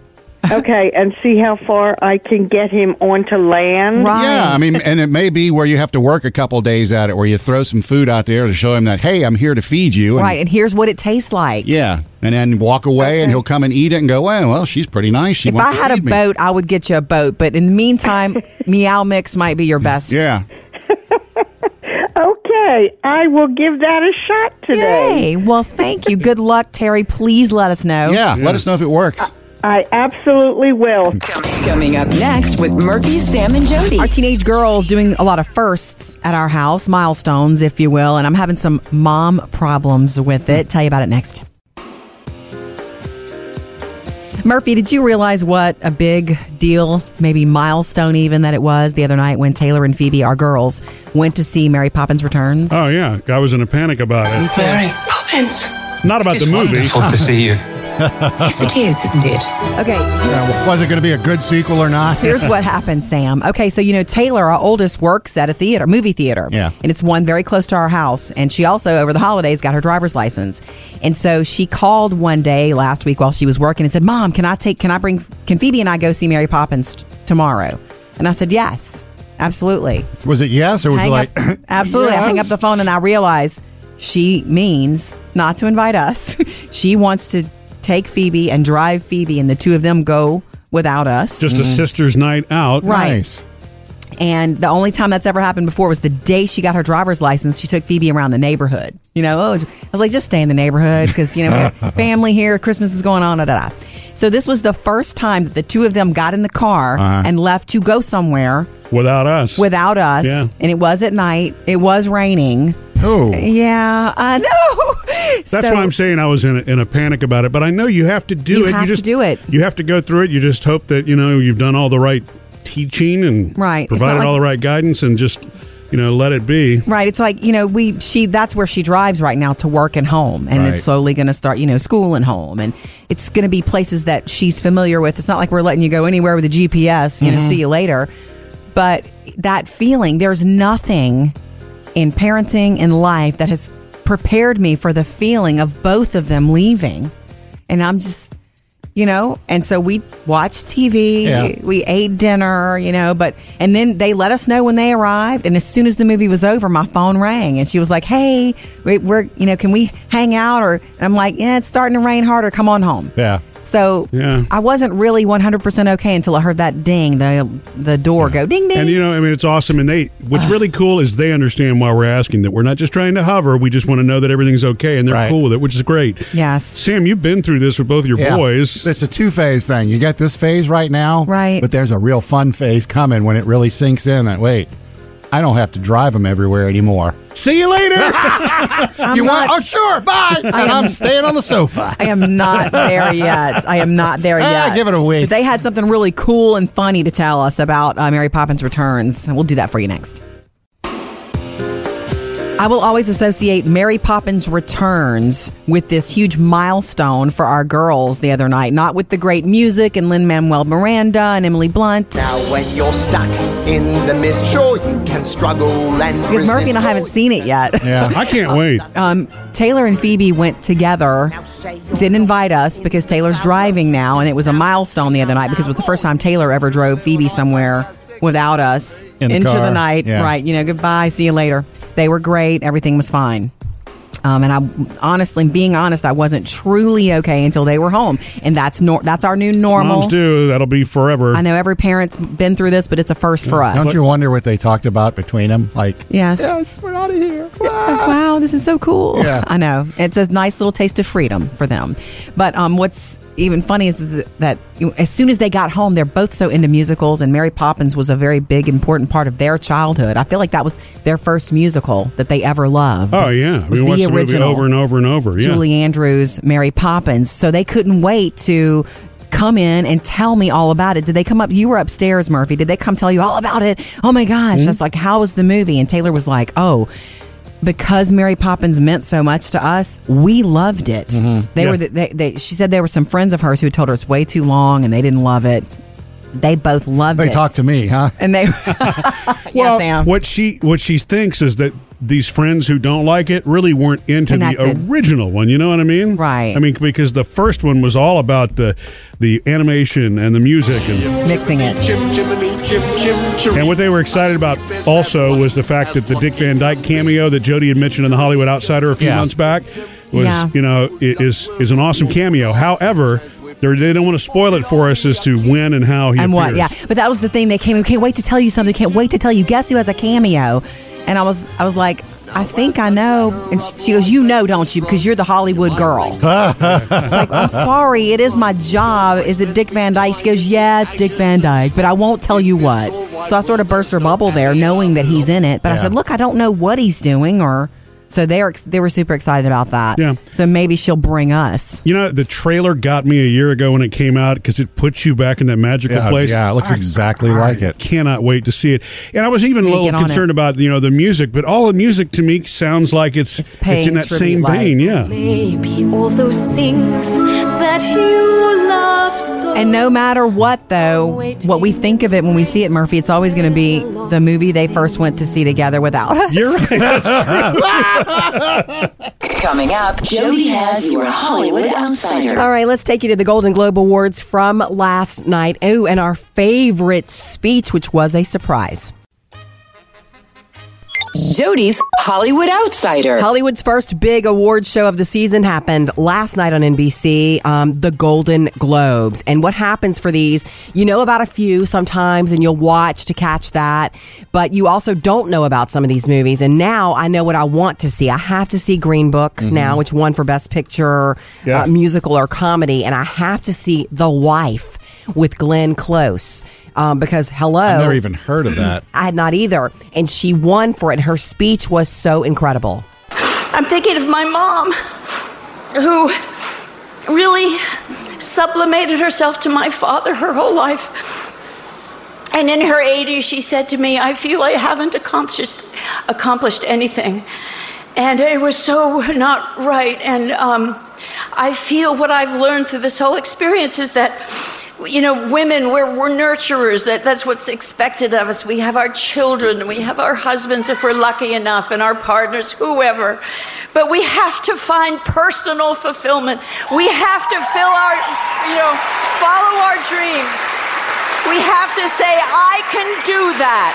S12: okay, and see how far I can get him onto land.
S3: Yeah, I mean, and it may be where you have to work a couple days at it, where you throw some food out there to show him that hey, I'm here to feed you. and-
S2: Right, and here's what it tastes like.
S3: Yeah, and then walk away, and he'll come and eat it, and go, "Well, well, she's pretty nice. She
S2: if
S3: wants
S2: I
S3: to
S2: had a
S3: feed me."
S2: boat, I would get you a boat. But in the meantime, Meow Mix might be your best.
S3: Yeah.
S12: Okay, I will give that a shot today.
S2: Yay. Well, thank you. Good luck, Terry. Please let us know.
S3: Yeah, let us know if it works.
S2: Uh,
S12: I absolutely will.
S4: Coming up next with Murphy, Sam, and Jody.
S2: Our teenage girls doing a lot of firsts at our house, milestones, if you will, and I'm having some mom problems with it. Tell you about it next. Murphy, did you realize what a big deal, maybe milestone even, that it was the other night when Taylor and Phoebe, our girls, went to see Mary Poppins Returns?
S1: Oh yeah, I was in a panic about it.
S2: Mary
S4: Poppins.
S1: Not about the movie.
S11: wonderful to see you.
S4: yes, it is, isn't it?
S2: Okay,
S3: was it going to be a good sequel or not?
S2: Here's what happened, Sam. Okay, so you know Taylor, our oldest, works at a theater, movie theater.
S3: Yeah.
S2: And it's one very close to our house. And she also, over the holidays, got her driver's license. And so she called one day last week while she was working and said, Mom, can I take, can I bring, can Phoebe and I go see Mary Poppins t- tomorrow? And I said, Yes, absolutely.
S3: Was it yes or was it
S2: Hang
S3: like
S2: up, absolutely. I hang up the phone and I realize she means not to invite us. she wants to take Phoebe and drive Phoebe, and the two of them go without us.
S1: Just a sister's night out.
S2: Right. And the only time that's ever happened before was the day she got her driver's license. She took Phoebe around the neighborhood. You know, oh, I was like, just stay in the neighborhood because, you know, we have family here, Christmas is going on, da da da. So this was the first time that the two of them got in the car
S1: Uh-huh.
S2: and left to go somewhere
S1: without us.
S2: without us.
S1: Yeah.
S2: And it was at night, it was raining.
S1: Oh.
S2: Yeah, I know.
S1: That's why I'm saying I was in a, in a panic about it. But I know you have to do
S2: You
S1: it.
S2: have
S1: you
S2: to
S1: just
S2: do it.
S1: You have to go through it. You just hope that you know you've done all the right teaching and
S2: Right. It's not
S1: provided
S2: like-
S1: all the right guidance and just you know let it be.
S2: Right. It's like, you know, we she that's where she drives right now to work and home. And
S1: Right.
S2: it's slowly gonna start, you know, school and home. And it's gonna be places that she's familiar with. It's not like we're letting you go anywhere with a GPS, you know,
S13: Mhm.
S2: see you later. But that feeling, there's nothing in parenting and life that has prepared me for the feeling of both of them leaving. And I'm just you know, and so we watched TV,
S13: Yeah.
S2: we ate dinner, you know, but and then they let us know when they arrived. And as soon as the movie was over, my phone rang, and she was like, "Hey, we- we're you know, can we hang out?" Or and I'm like, "Yeah, it's starting to rain harder. Come on home."
S3: Yeah.
S2: So
S1: Yeah.
S2: I wasn't really 100 percent okay until I heard that ding, the the door go ding ding.
S1: And you know, I mean, it's awesome. And they,
S2: Uh.
S1: what's really cool is they understand why we're asking that. We're not just trying to hover. We just want to know that everything's okay, and they're cool with it, which is great.
S2: Yes,
S1: Sam, you've been through this with both your
S3: Yeah.
S1: boys.
S3: It's a two phase thing. You get this phase right now, right? But there's a real fun phase coming when it really sinks in that wait, I don't have to drive them everywhere anymore.
S1: See you later.
S3: you want? Oh, sure. Bye. And I'm staying on the sofa.
S2: I am not there yet. I am not there
S3: Ah,
S2: yet.
S3: give it a week.
S2: But they had something really cool and funny to tell us about uh, Mary Poppins Returns, and we'll do that for you next. I will always associate Mary Poppins Returns with this huge milestone for our girls the other night, not with the great music and Lynn Manuel Miranda and Emily Blunt.
S14: Now, when you're stuck in the mist, sure you can struggle and
S2: Because Murphy and I haven't seen it yet.
S1: Yeah. I can't wait.
S2: Um, Taylor and Phoebe went together, didn't invite us because Taylor's driving now, and it was a milestone the other night because it was the first time Taylor ever drove Phoebe somewhere without us
S13: In the
S2: into
S13: car,
S2: the night.
S13: yeah.
S2: Right, you know, goodbye, see you later. They were great, everything was fine. Um, and I honestly, being honest, I wasn't truly okay until they were home, and that's nor- that's our new normal.
S1: Moms do. That'll be forever.
S2: I know every parent's been through this, but it's a first for us.
S3: Don't you wonder what they talked about between them? Like,
S2: Yes.
S3: Yes, we're out of here.
S2: Wow, this is so cool.
S3: Yeah.
S2: I know. It's a nice little taste of freedom for them. But um, what's even funny is th- that you- as soon as they got home, they're both so into musicals, and Mary Poppins was a very big, important part of their childhood. I feel like that was their first musical that they ever loved.
S1: Oh yeah,
S2: was
S1: we watched
S2: the
S1: the movie
S2: original
S1: over and over and over. Yeah,
S2: Julie Andrews, Mary Poppins. So they couldn't wait to come in and tell me all about it. Did they come up? You were upstairs, Murphy. Did they come tell you all about it? Oh my gosh.
S13: Mhm.
S2: That's like, how was the movie? And Taylor was like, oh, because Mary Poppins meant so much to us, we loved it. They
S13: Yeah.
S2: were, the, they, they, she said there were some friends of hers who had told her it's way too long and they didn't love it. They both loved
S3: They
S2: it.
S3: talked to me, huh?
S2: and they,
S1: Well, what she what she thinks is that these friends who don't like it really weren't into
S2: Connected.
S1: the original one. You know what I mean? Right. I mean because the first one was all about the the animation and the music and
S2: mixing it.
S1: And what they were excited about also was the fact that the Dick Van Dyke cameo that Jody had mentioned in the Hollywood Outsider a few
S15: Yeah.
S1: months back was
S15: Yeah.
S1: you know i- is is an awesome cameo. However. they're- They don't want to spoil it for us as to when and how he
S2: and what?
S1: appears.
S2: Yeah, but that was the thing. They came. We can't wait to tell you something. Can't wait to tell you. Guess who has a cameo? And I was, I was like, I think I know. And she goes, you know, don't you? Because you're the Hollywood girl.
S13: it's
S2: like, I'm sorry, it is my job. Is it Dick Van Dyke? She goes, yeah, it's Dick Van Dyke, but I won't tell you what. So I sort of burst her bubble there, knowing that he's in it. But I
S13: Yeah.
S2: said, look, I don't know what he's doing, or so they are. ex- They were super excited about that.
S1: Yeah.
S2: So maybe she'll bring us.
S1: You know, the trailer got me a year ago when it came out because it puts you back in that magical
S3: Yeah,
S1: place.
S3: yeah, it looks exactly like it.
S1: Cannot wait to see it. And I was even a
S3: Hey,
S1: little
S3: get on
S1: concerned about you know the music, but all the music to me sounds like it's it's,
S6: paying
S1: in that
S6: tribute,
S1: same
S6: like-
S1: vein. Yeah,
S6: Maybe all those things that you love so.
S2: And no matter what, though, what we think of it when we see it, Murphy, it's always going to be the movie they first went to see together without us.
S1: You're
S4: Coming up, Jody has your Hollywood Outsider.
S9: All right, let's take you to the Golden Globe Awards from last night. Oh, and our favorite speech, which was a surprise.
S4: Jody's Hollywood Outsider.
S9: Hollywood's first big award show of the season happened last night on NBC, um, the Golden Globes. And what happens for these, you know about a few sometimes and you'll watch to catch that, but you also don't know about some of these movies. And now I know what I want to see. I have to see Green Book
S3: Mm-hmm.
S2: Mhm.
S9: now, which won for Best Picture,
S2: Yeah.
S9: uh, musical or comedy. And I have to see The Wife with Glenn Close um, because, hello.
S2: Oh.
S3: I've never e- even heard of that.
S9: I had not either. And she won for it. Her speech was so incredible.
S13: I'm thinking of my mom, who really sublimated herself to my father her whole life. And in her 80s, she said to me, I feel I haven't accomplished, accomplished anything. And it was so not right. And um, I feel what I've learned through this whole experience is that, you know, women, we're, we're nurturers. That, that's what's expected of us. We have our children, we have our husbands if we're lucky enough, and our partners, whoever. But we have to find personal fulfillment. We have to fill our, you know, follow our dreams. We have to say, I can do that,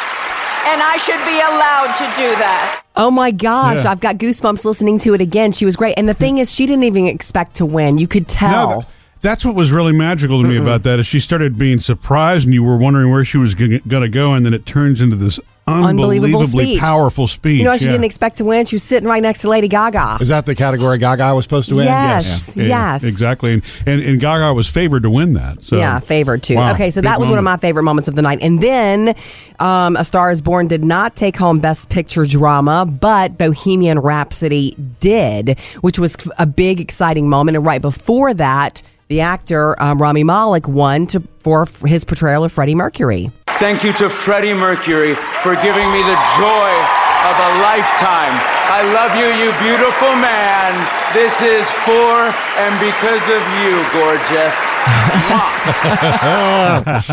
S13: and I should be allowed to do that.
S9: Oh my gosh,
S13: Yeah.
S9: I've got goosebumps listening to it again. She was great. And the thing is, she didn't even expect to win. You could tell.
S1: No, th- that's what was really magical to me about that is she started being surprised and you were wondering where she was going to go and then it turns into this
S9: Unbelievable
S1: unbelievably
S9: speech.
S1: powerful speech.
S9: you know, why she
S1: yeah.
S9: didn't expect to win. She was sitting right next to Lady Gaga.
S3: Is that the category Gaga was supposed to win?
S9: Yes,
S1: Yeah,
S9: yes.
S1: Eh, Exactly. And, and and Gaga was favored to win that. So.
S9: yeah, favored too.
S1: uh, Wow.
S9: Okay, so
S1: Big
S9: that was one of my
S1: moment.
S9: favorite moments of the night. And then um, A Star is Born did not take home Best Picture Drama, but Bohemian Rhapsody did, which was a big, exciting moment. And right before that, the actor um, Rami Malek won to, for his portrayal of Freddie Mercury.
S11: Thank you to Freddie Mercury for giving me the joy of a lifetime. I love you, you beautiful man. This is for and because of you, gorgeous.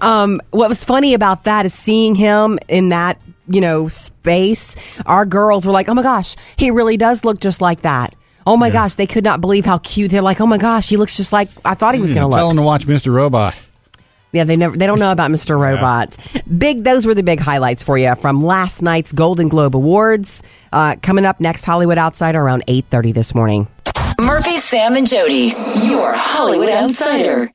S9: um, what was funny about that is seeing him in that you know space. Our girls were like, "Oh my gosh, he really does look just like that." Oh my gosh, they could not believe how cute they're like. Oh my gosh, he looks just like I thought he was going to
S3: Tell
S9: look.
S3: him to watch Mr. Robot.
S9: Yeah, they never they don't know about Mr. Robot. Big those were the big highlights for you from last night's Golden Globe Awards. Uh, coming up next, Hollywood Outsider around eight thirty this morning.
S4: Murphy, Sam, and Jody, your Hollywood Outsider.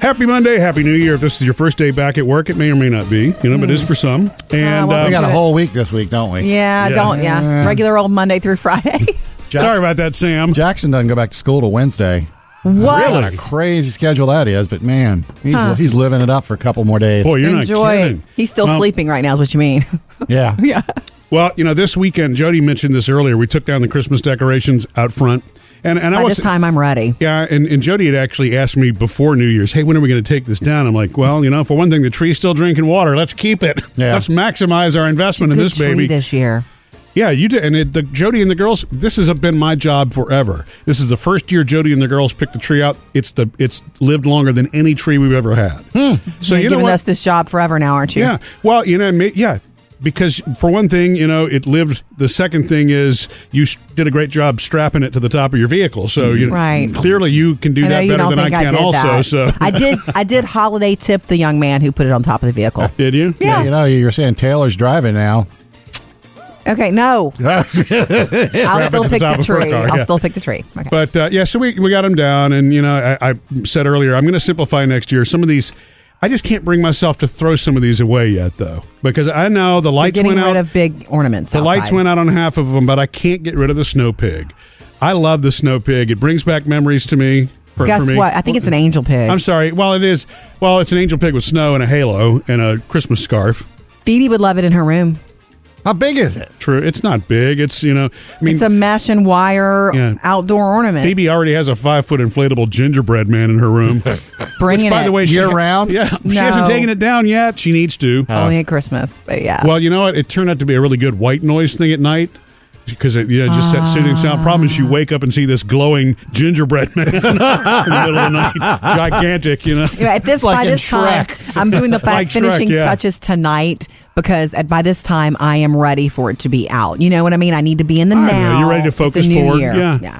S1: Happy Monday, Happy New Year. If this is your first day back at work, it may or may not be, you know, but it
S9: Mm.
S1: is for some.
S9: Oh,
S1: And
S3: we got a
S1: um,
S3: whole week this week, don't we?
S2: Yeah, don't. Yeah, regular old Monday through Friday.
S1: Sorry about that, Sam.
S3: Jackson doesn't go back to school till Wednesday.
S2: What?
S3: a crazy schedule that is, but man, he's,
S2: Huh.
S3: he's living it up for a couple more days.
S2: Enjoy. He's still
S1: Well-
S2: sleeping right now. Is what you mean?
S3: Yeah.
S2: yeah.
S1: Well, you know, this weekend, Jody mentioned this earlier. We took down the Christmas decorations out front. And, and I
S2: By
S1: was,
S2: this time, I'm ready.
S1: Yeah, and, and Jody had actually asked me before New Year's, hey, when are we going to take this down? I'm like, well, you know, for one thing, the tree's still drinking water. Let's keep it.
S3: Yeah.
S1: Let's maximize our investment in
S2: Good
S1: this
S2: tree
S1: baby.
S2: this year.
S1: Yeah, you did. And it, the, Jody and the girls, this has been my job forever. This is the first year Jody and the girls picked the tree out. It's the it's lived longer than any tree we've ever had. So
S2: You're
S1: you know
S2: giving
S1: what?
S2: Hmm. us this job forever now, aren't you?
S1: Yeah. Well, you know, ma- yeah. Because for one thing, you know, it lived. The second thing is you s- did a great job strapping it to the top of your vehicle. So you know,
S2: Right.
S1: clearly you can do
S2: I know
S1: that
S2: you
S1: better
S2: don't
S1: than I
S2: think I
S1: can.
S2: did
S1: also,
S2: that.
S1: so
S2: I did. I did holiday tip the young man who put it on top of the vehicle.
S1: Did you?
S3: Yeah. You know, you're saying Taylor's driving now.
S2: Okay, no.
S3: I'll
S2: I'll still pick the tree. I'll
S1: yeah.
S2: still pick the tree. Okay.
S1: But uh, yeah, so we, we got them down, and you know, I, I said earlier, I'm going to simplify next year. Some of these, I just can't bring myself to throw some of these away yet, though, because I know the lights
S2: getting
S1: went
S2: rid
S1: out.
S2: of big ornaments.
S1: the lights
S2: outside.
S1: went out on half of them, but I can't get rid of the snow pig. I love the snow pig. It brings back memories to me. For,
S2: Guess
S1: for me.
S2: what? I think it's an angel pig.
S1: I'm sorry. Well, it is. Well, it's an angel pig with snow and a halo and a Christmas scarf.
S2: Phoebe would love it in her room.
S3: How big is it?
S1: True. It's not big. It's you know. I mean,
S2: it's a mesh and wire
S1: Yeah.
S2: outdoor ornament.
S1: Phoebe already has a five foot inflatable gingerbread man in her room.
S2: Bringing
S1: Which, by
S2: it.
S1: the way, she-
S2: Year-round?
S1: Yeah, she
S2: No.
S1: hasn't taken it down yet. She needs to.
S2: Only at Christmas, but yeah.
S1: Well, you know what? It turned out to be a really good white noise thing at night because it you know, just that soothing
S2: Ah.
S1: sound. Problem is, you wake up and see this glowing gingerbread man in the middle of the night, gigantic. You know,
S2: You know, at this by this time, I'm doing the fa-
S1: Like Shrek,
S2: finishing
S1: yeah.
S2: touches tonight because at, by this time I am ready for it to be out. You know what I mean? I need to be in the now.
S1: you're ready to
S2: It's a
S1: focus
S2: new
S1: forward.
S2: year.
S1: Yeah.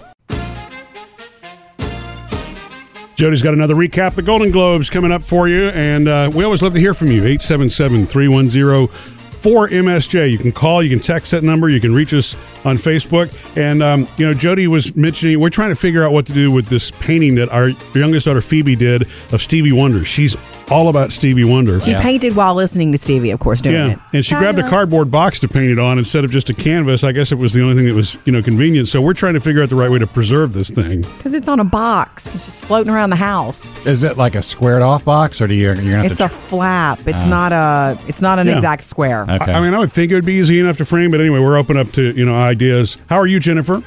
S1: Jody's got another recap of the Golden Globes coming up for you. And uh, we always love to hear from you. 877 310 4MSJ. You can call, you can text that number, you can reach us on Facebook. And, um, you know, Jody was mentioning we're trying to figure out what to do with this painting that our youngest daughter Phoebe did of Stevie Wonder. She's all about Stevie Wonder.
S2: She painted while listening to Stevie, of course, doing
S1: Yeah,
S2: it.
S1: and she grabbed a
S2: Uh-huh.
S1: cardboard box to paint it on instead of just a canvas. I guess it was the only thing that was, you know, convenient. So we're trying to figure out the right way to preserve this thing.
S2: Because it's on a box, it's just floating around the house.
S3: Is it like a squared off box, or do you you're gonna have
S2: It's
S3: to?
S2: a flap. It's
S3: Ah.
S2: not a. It's not an
S1: Yeah.
S2: exact square.
S1: I, I mean, I would think it would be easy enough to frame, but anyway, we're open up to you know ideas. How are you, Jennifer?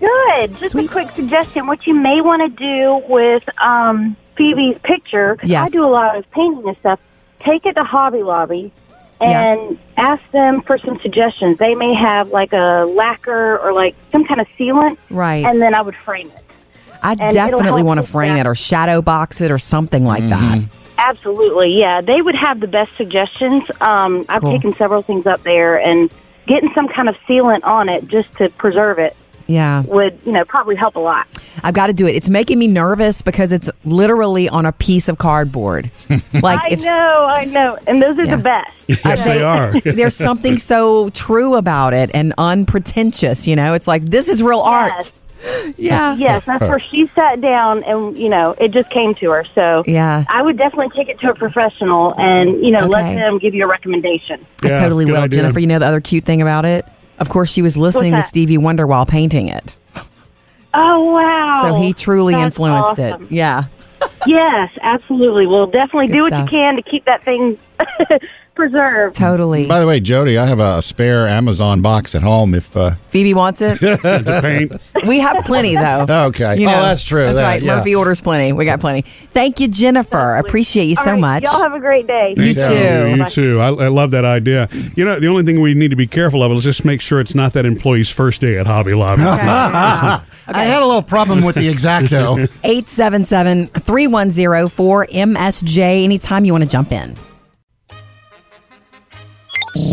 S8: Good. Just a quick suggestion. What you may want to do with um, Phoebe's picture, 'cause
S15: Yes.
S8: I do a lot of painting and stuff, take it to Hobby Lobby and ask them for some suggestions. They may have like a lacquer or like some kind of sealant.
S2: Right.
S8: And then I would frame it.
S2: I
S8: And it'll
S2: definitely
S8: help
S2: want to
S8: with
S2: frame it or shadow box it or something like
S1: Mm-hmm.
S2: that.
S8: Absolutely. Yeah. They would have the best suggestions. Um, I've
S2: Cool.
S8: taken several things up there and getting some kind of sealant on it just to preserve it
S2: Yeah.
S8: would, you know, probably help a lot.
S2: I've got to do it. It's making me nervous because it's literally on a piece of cardboard. Like
S8: I
S2: if
S8: know, I know. And those are
S2: Yeah.
S8: the best.
S1: Yes, they are.
S2: there's something so true about it and unpretentious, you know. It's like this is real art. Uh-huh. Yeah.
S8: Yes, that's where she sat down and, you know, it just came to her. So
S2: Yeah.
S8: I would definitely take it to a professional and, you know,
S2: Okay.
S8: let them give you a recommendation.
S2: I totally will, Jennifer. You know the other cute thing about it? Of course, she was listening to
S8: What's that?
S2: Stevie Wonder while painting it.
S8: Oh, wow.
S2: So he truly influenced it. Yeah.
S8: Yes, absolutely. Well, definitely
S2: Good
S8: do what
S2: stuff.
S8: you can to keep that thing preserved.
S2: Totally.
S3: By the way, Jody, I have a spare Amazon box at home if uh,
S2: Phoebe wants it.
S3: To paint.
S2: We have plenty, though.
S3: Okay.
S2: You
S3: Oh,
S2: know,
S3: that's true.
S2: That's
S3: That-
S2: right.
S3: yeah.
S2: Murphy orders plenty. We got plenty. Thank you, Jennifer. Appreciate you so much.
S8: Y'all have a great day.
S2: You too.
S1: You too. I, I love that idea. You know, the only thing we need to be careful of is just make sure it's not that employee's first day at Hobby Lobby.
S3: I had a little problem with the exacto.
S2: 877 310 4MSJ. Anytime you want to jump in.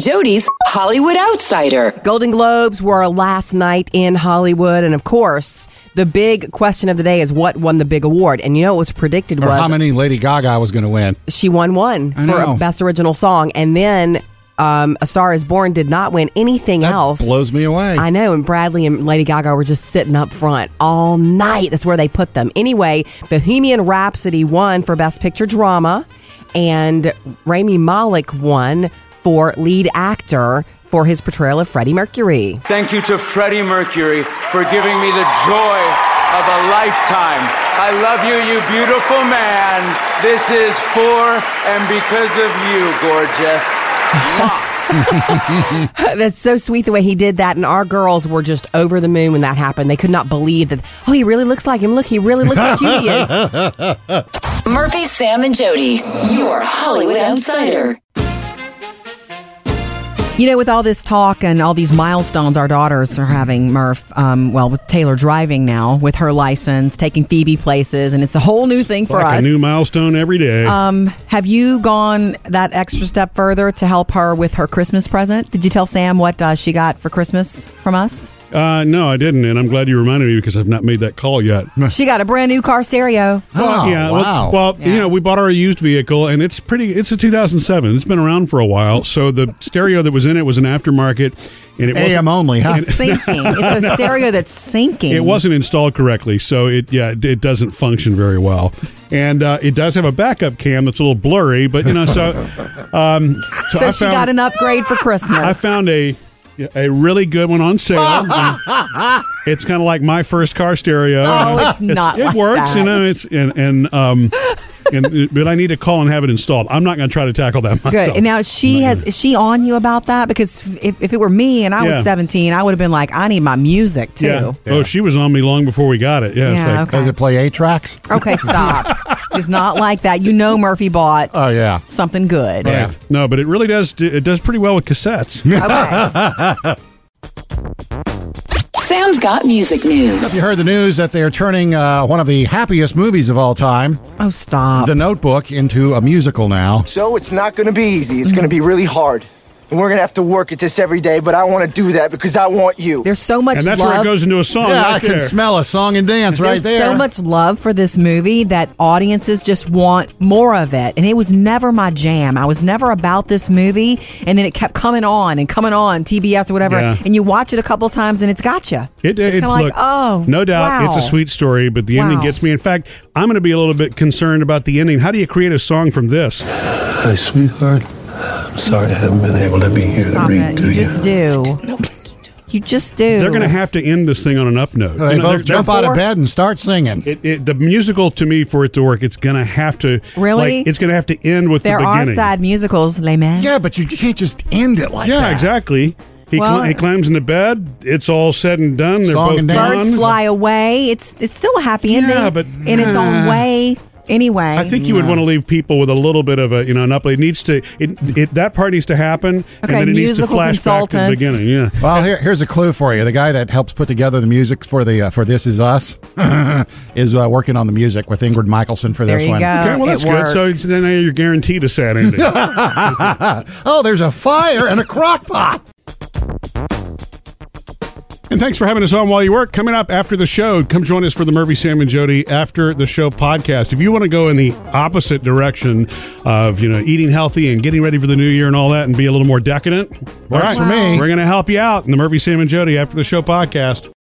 S9: Jody's Hollywood Outsider. Golden Globes were last night in Hollywood, and of course, the big question of the day is what won the big award. And you know what was predicted
S3: or
S9: was
S3: how many Lady Gaga was going to win?
S9: she won one
S3: I
S9: for
S3: know.
S9: best original song, and then um, A Star Is Born did not win anything else.
S3: blows me away.
S9: I know, and Bradley and Lady Gaga were just sitting up front all night. That's where they put them. Anyway, Bohemian Rhapsody won for best picture drama, and Rami Malek won for lead actor for his portrayal of Freddie Mercury.
S11: Thank you to Freddie Mercury for giving me the joy of a lifetime. I love you, you beautiful man. This is for and because of you, gorgeous.
S9: That's so sweet the way he did that. And our girls were just over the moon when that happened. They could not believe that, oh, he really looks like him. Look, he really looks how cute he is.
S4: Murphy, Sam, and Jody, your Hollywood Outsider.
S2: You know, with all this talk and all these milestones our daughters are having, Murph, um, well, with Taylor driving now with her license, taking Phoebe places, and it's a whole new thing for
S1: like
S2: us.
S1: a new milestone every day.
S2: um, have you gone that extra step further to help her with her Christmas present? Did you tell Sam what uh, she got for Christmas from us?
S1: uh, no, I didn't, and I'm glad you reminded me because I've not made that call yet.
S2: She got a brand new car stereo.
S1: Well, yeah, well- Well, you know, we bought our used vehicle, and it's pretty. It's a 2007. It's been around for a while. So the stereo that was in it was an aftermarket, and it
S3: AM
S1: wasn't-
S3: only, huh?
S1: and-
S2: It's sinking. It's a stereo that's sinking.
S1: It wasn't installed correctly, so it yeah it, it doesn't function very well, and uh, it does have a backup cam that's a little blurry, but you know so. Um,
S2: So,
S1: I
S2: she
S1: found-
S2: got an upgrade for Christmas.
S1: I found a a really good one on sale. And it's kind of like my first car stereo.
S2: Oh, it's not
S1: It
S2: like
S1: works,
S2: that.
S1: you know. It's and and um, and but I need to call and have it installed. I'm not going to try to tackle that myself.
S2: Good. And now she has is she on you about that because if, if it were me and I
S1: Yeah.
S2: was 17, I would have been like, I need my music too.
S1: yeah. Oh, she was on me long before we got it. Yeah. it's
S2: Yeah,
S1: like-
S2: okay. Does it
S3: play A tracks?
S2: Okay, stop. it's not like that. You know, Murphy bought.
S3: Oh yeah,
S2: something good.
S1: Right. No, but it really does. It does pretty well with cassettes.
S4: Sam's got music news.
S3: Have you heard the news that they are turning uh, one of the happiest movies of all time?
S2: Oh, stop!
S3: The Notebook into a musical now.
S16: So it's not going to be easy. It's going to be really hard.
S15: And we're going to have to work at this every day, but I want to do that because I want you.
S9: There's so much
S1: And that's where it goes into a song
S3: Yeah,
S1: Oh, right
S3: I can
S1: there.
S3: smell a song and dance right
S2: There's
S3: there.
S2: so much love for this movie that audiences just want more of it. And it was never my jam. I was never about this movie. And then it kept coming on and coming on TBS or whatever.
S1: Yeah.
S2: And you watch it a couple times and it's gotcha.
S1: It,
S2: it's
S1: it,
S2: kinda like,
S1: look,
S2: oh,
S1: no doubt,
S2: wow.
S1: it's a sweet story, but the ending
S2: Wow.
S1: gets me. In fact, I'm going to be a little bit concerned about the ending. How do you create a song from this?
S7: Hey, sweetheart. I'm sorry I haven't been able to be here to
S2: Stop
S7: read
S2: it.
S7: to
S2: You
S7: you.
S2: just do. You just do.
S1: They're going to have to end this thing on an up note.
S3: They both jump out of bed
S1: and start singing. It, it, the musical, to me, for it to work, it's going to have to
S2: Really?
S1: like, it's going to have to end with
S2: There
S1: the
S2: are
S1: beginning.
S2: sad musicals, Les Mis.
S1: Yeah,
S2: but you can't just end it like
S1: yeah, exactly. He,
S2: Well-
S1: cl- he climbs into bed. It's all said and done. They're both
S2: Birds
S1: gone.
S2: fly away. It's it's still a happy ending
S1: but-
S2: in its own
S1: Nah.
S2: way. Anyway,
S1: I think you would want to leave people with a little bit of a you know an up. It needs to it, it that part needs to happen, and
S2: Okay,
S1: then it needs to
S2: musical
S1: flash back to the
S2: consultants.
S1: beginning. Yeah,
S3: Well, here, here's a clue for you. The guy that helps put together the music for the uh, for This Is Us is uh, working on the music with Ingrid Michaelson for
S1: There
S3: this
S1: you
S3: one.
S1: go. Okay, well, that's It good. So works. then you're guaranteed a sad ending.
S3: oh, there's a fire and a crock pot.
S1: And thanks for having us on while you work. Coming up after the show, come join us for the Murphy, Sam, and Jody After the Show podcast. If you want to go in the opposite direction of, you know, eating healthy and getting ready for the new year and all that and be a little more decadent,
S3: Works for me.
S1: We're going to help you out in the Murphy, Sam, and Jody After the Show podcast.